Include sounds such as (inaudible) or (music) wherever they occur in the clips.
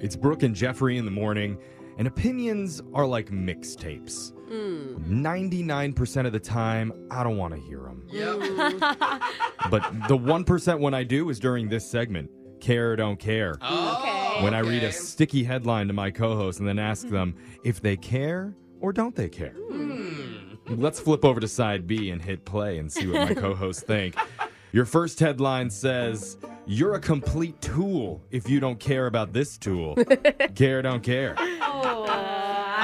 It's Brooke and Jeffrey in the morning, and opinions are like mixtapes. 99% of the time, I don't want to hear them. (laughs) but the 1% when I do is during this segment Care or Don't Care. Okay. When I read a sticky headline to my co host and then ask them if they care or don't they care. Hmm. Let's flip over to side B and hit play and see what my co hosts think. Your first headline says, You're a complete tool if you don't care about this tool. care, don't care. Oh,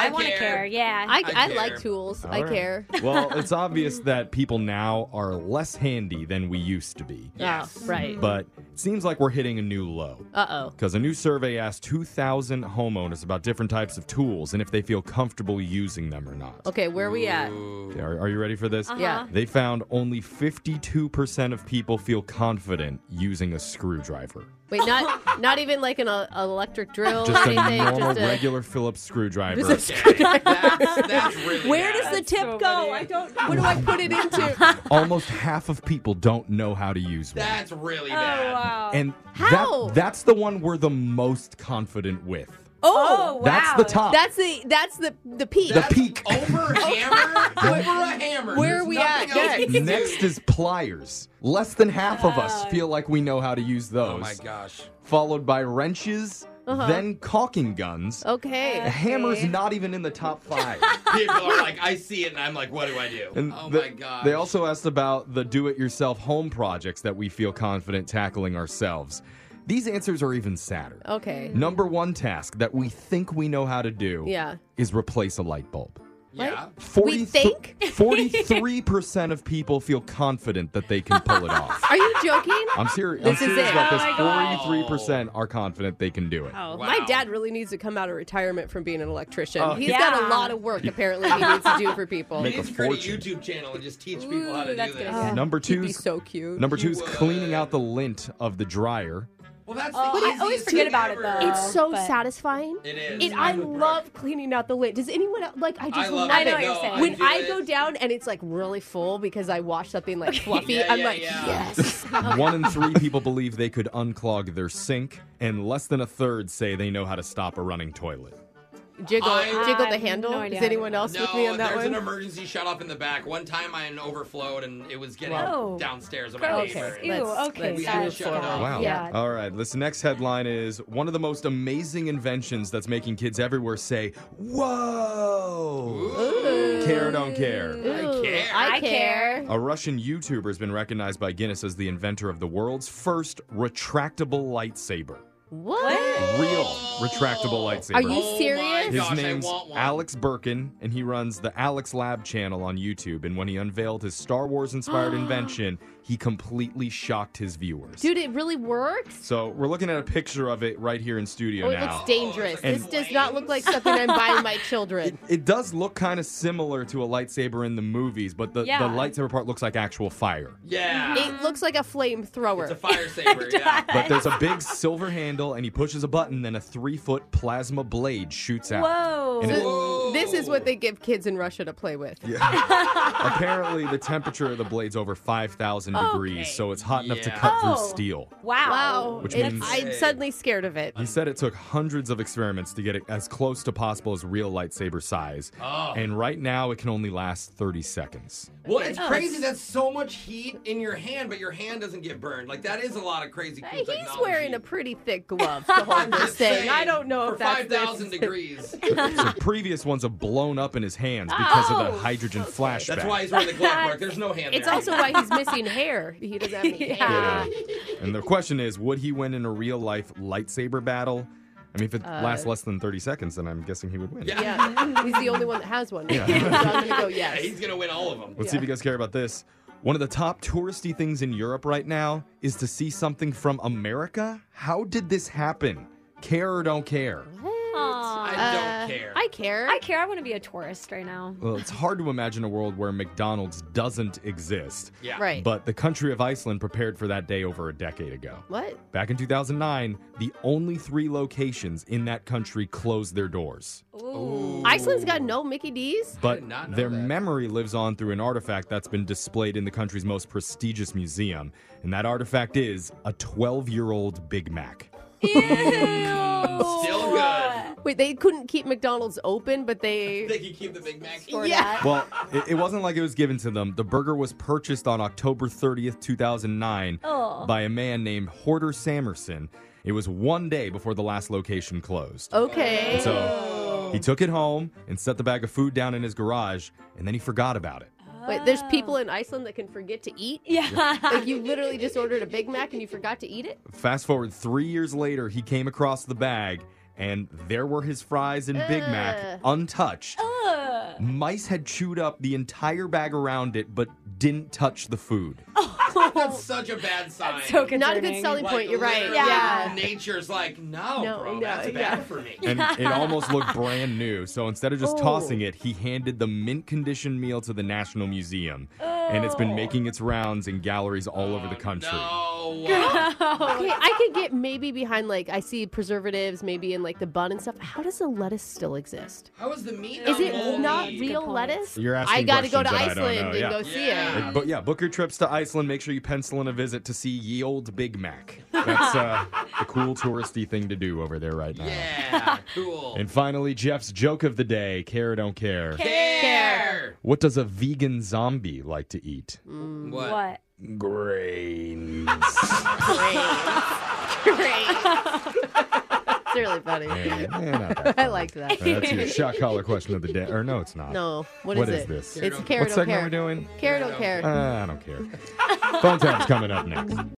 I, want to care. care. Yeah. I, I, care. like tools. I All right. care. (laughs) well, it's obvious that people now are less handy than we used to be. Yeah, right. But it seems like we're hitting a new low. Uh oh. Because a new survey asked 2,000 homeowners about different types of tools and if they feel comfortable using them or not. Okay, Uh-huh. where are we (laughs) at? Are, are you ready for this? Yeah. They found only 52% of people feel confident using a screwdriver. Wait, (laughs) not not even like an uh, electric drill Just or a anything. normal, just uh, a, (laughs) regular Phillips screwdriver. That's, that's really Where does bad. the tip so go? funny. I don't. (laughs) What do I put it (laughs) into? Almost half of people don't know how to use one. That's really oh, bad. wow. And Uh, How? That, that's the one we're the most confident with. Oh, Oh, That's Wow. the top. that's the that's the the peak. The peak. Over a hammer? Over a hammer. Where There's are we nothing at else next? we can do. (laughs) Next is pliers. Less than half of Uh. us feel like we know how to use those. Oh my gosh. Followed by wrenches, then caulking guns. Uh-huh. Okay. A hammer's not even in the (laughs) top five. People are like, I see it and I'm like, what do I do? And oh the- my gosh. They also asked about the do it yourself home projects that we feel confident tackling ourselves. These answers are even sadder. Okay. Number one task that we think we know how to do Yeah. is replace a light bulb. Yeah. 40 We think? (laughs) 43% of people feel confident that they can pull it off. Are you (laughs) joking? I'm serious. This I'm is serious it. about Oh this. my God. Forty-three percent are confident they can do it. Oh. Wow. My dad really needs to come out of retirement from being an electrician. He's yeah. got a lot of work apparently he needs to do for people. Oh, He Make- needs a to create a fortune. YouTube channel and just teach people Ooh, how to do that's this. good. Oh. Number He'd two, be is- so cute. number two You is would. cleaning out the lint of the (laughs) dryer. Well, that's Oh, the but I always easiest forget thing about it, ever. though. It's so But- satisfying. It is. And I I'm with love cleaning out the lid. Does anyone else, like? I just I love it. love I know it. what you're saying. When I do I it. go down and it's like really full because I wash something (laughs) like fluffy, Yeah, I'm yeah, like, yeah. yes. One in three people believe they could unclog their sink, and less than a third say they know how to stop a running toilet. Jiggle, I- jiggle I the have handle. no idea Is how to anyone do else no, with me on that there's an one? emergency shut off in the back. One time I overflowed and it was getting Wow. downstairs in my Gross. neighbor. Ew, Let's- okay. let's We had to sorry. shut it off. Wow. Oh, Yeah. All right. This next headline is one of the most amazing inventions that's making kids everywhere say, Whoa! Care or don't care. Ooh, care. I I care. care. A Russian YouTuber has been recognized by Guinness as the inventor of the world's first retractable lightsaber. What? Real retractable lightsaber. Are you Oh my serious? His gosh, I name's want one. Alex Birkin, and he runs the Alex Lab channel on YouTube. And when he unveiled his Star Wars (gasps) inspired invention, he completely shocked his viewers. Dude, it really works. So we're looking at a picture of it right here in studio Oh, it now. looks dangerous. Oh, this it's does not look like something (laughs) I'm buying my children. it does look kind of similar to a lightsaber in the movies, but the, Yeah. the lightsaber part looks like actual fire. Yeah. It looks like a flamethrower. it's a (laughs) fire saber. yeah. But there's a big silver handle, and he pushes a button, then a three foot plasma blade shoots out. Whoa. And it- (laughs) Whoa. this is what they give kids in Russia to play with. apparently, the temperature of the blade's over 5,000 Okay. degrees, so it's hot enough to Yeah. cut through Oh. steel. Wow. Wow. Which It's- means- I'm suddenly scared of it. He said it took hundreds of experiments to get it as close to possible as real lightsaber size. Oh. And right now, it can only last 30 seconds. Well, it's crazy that's so much heat in your hand, but your hand doesn't get burned. Like that is a lot of crazy. Cool He's technology. wearing (laughs) a pretty thick (laughs) glove to hold this Just thing. saying, I don't know for if that's five thousand this. (laughs) degrees. So previous ones have blown up in his hands because of Oh, the hydrogen flashback. That's why he's wearing the glove work. There's no hand. It's there. also why he's missing hair. He doesn't have (laughs) any Yeah. hair. And the question is, would he win in a real life lightsaber battle? I mean, if it lasts less than 30 seconds, then I'm guessing he would win. Yeah. Yeah. He's the only one that has one. (laughs) So I'm going to go (laughs) Yeah, yes. he's gonna win all of them. Let's see if you guys care about this. One of the top touristy things in Europe right now is to see something from America. How did this happen? Care or don't care? Aw. I don't Uh, care. I care. I care. I want to be a tourist right now. Well, it's hard to imagine a world where McDonald's doesn't exist. yeah. Right. But the country of Iceland prepared for that day over a decade ago. what? Back in 2009, the only three locations in that country closed their doors. Oh. Ooh. Iceland's got no Mickey D's? But did not know their that. memory lives on through an artifact that's been displayed in the country's most prestigious museum. And that artifact is a 12 year old Big Mac. Ew. (laughs) Still good. Wait, they couldn't keep McDonald's open, but (laughs) they. (laughs) They can keep the Big Mac. for Yeah. that. Well, it, it wasn't like it was given to them. The burger was purchased on October 30th, 2009, Oh. by a man named Hoarder Samerson. It was one day before the last location closed. Oh. Okay. So he took it home and set the bag of food down in his garage, and then he forgot about it. Wait, there's people in Iceland that can forget to (laughs) eat. Yeah. Like you literally just ordered a Big Mac and you forgot to eat it. Fast forward three years later, he came across the bag, and there were his fries and Big Mac untouched. Ugh. Mice had chewed up the entire bag around it, but didn't touch the (laughs) food. Oh, That's such a bad sign. so concerning. Not a good selling Like, point. You're right. literally, Yeah. Nature's like, no, No, bro, no, that's yeah. bad for me. and it almost looked brand new. So instead of just Oh. tossing it, he handed the mint condition meal to the National Museum. And it's been Oh. making its rounds in galleries all over the Oh, country. (laughs) No. Okay, I could get maybe behind like I see preservatives maybe in like the bun and stuff. How does the lettuce still exist? How is the meat? Is on it moldy? not Good real point. lettuce? You're asking I gotta go to questions that I don't Iceland know, yeah. and go see Yeah. it. But yeah, book your trips to Iceland. Make sure you pencil in a visit to see Ye Old Big Mac. That's uh, a cool touristy thing to do over there right now. Yeah, (laughs) cool. And finally, Jeff's joke of the day care or don't care. Care. What does a vegan zombie like to eat? (laughs) What? What? Grains. Great. it's really funny. Yeah, eh, not that I funny. liked that. That's your shot collar question of the day. Or no, it's not. No. What is is it? this? It's What carrot segment are we care. doing? Carrot care. Uh, I don't care. Phone tap's coming up next.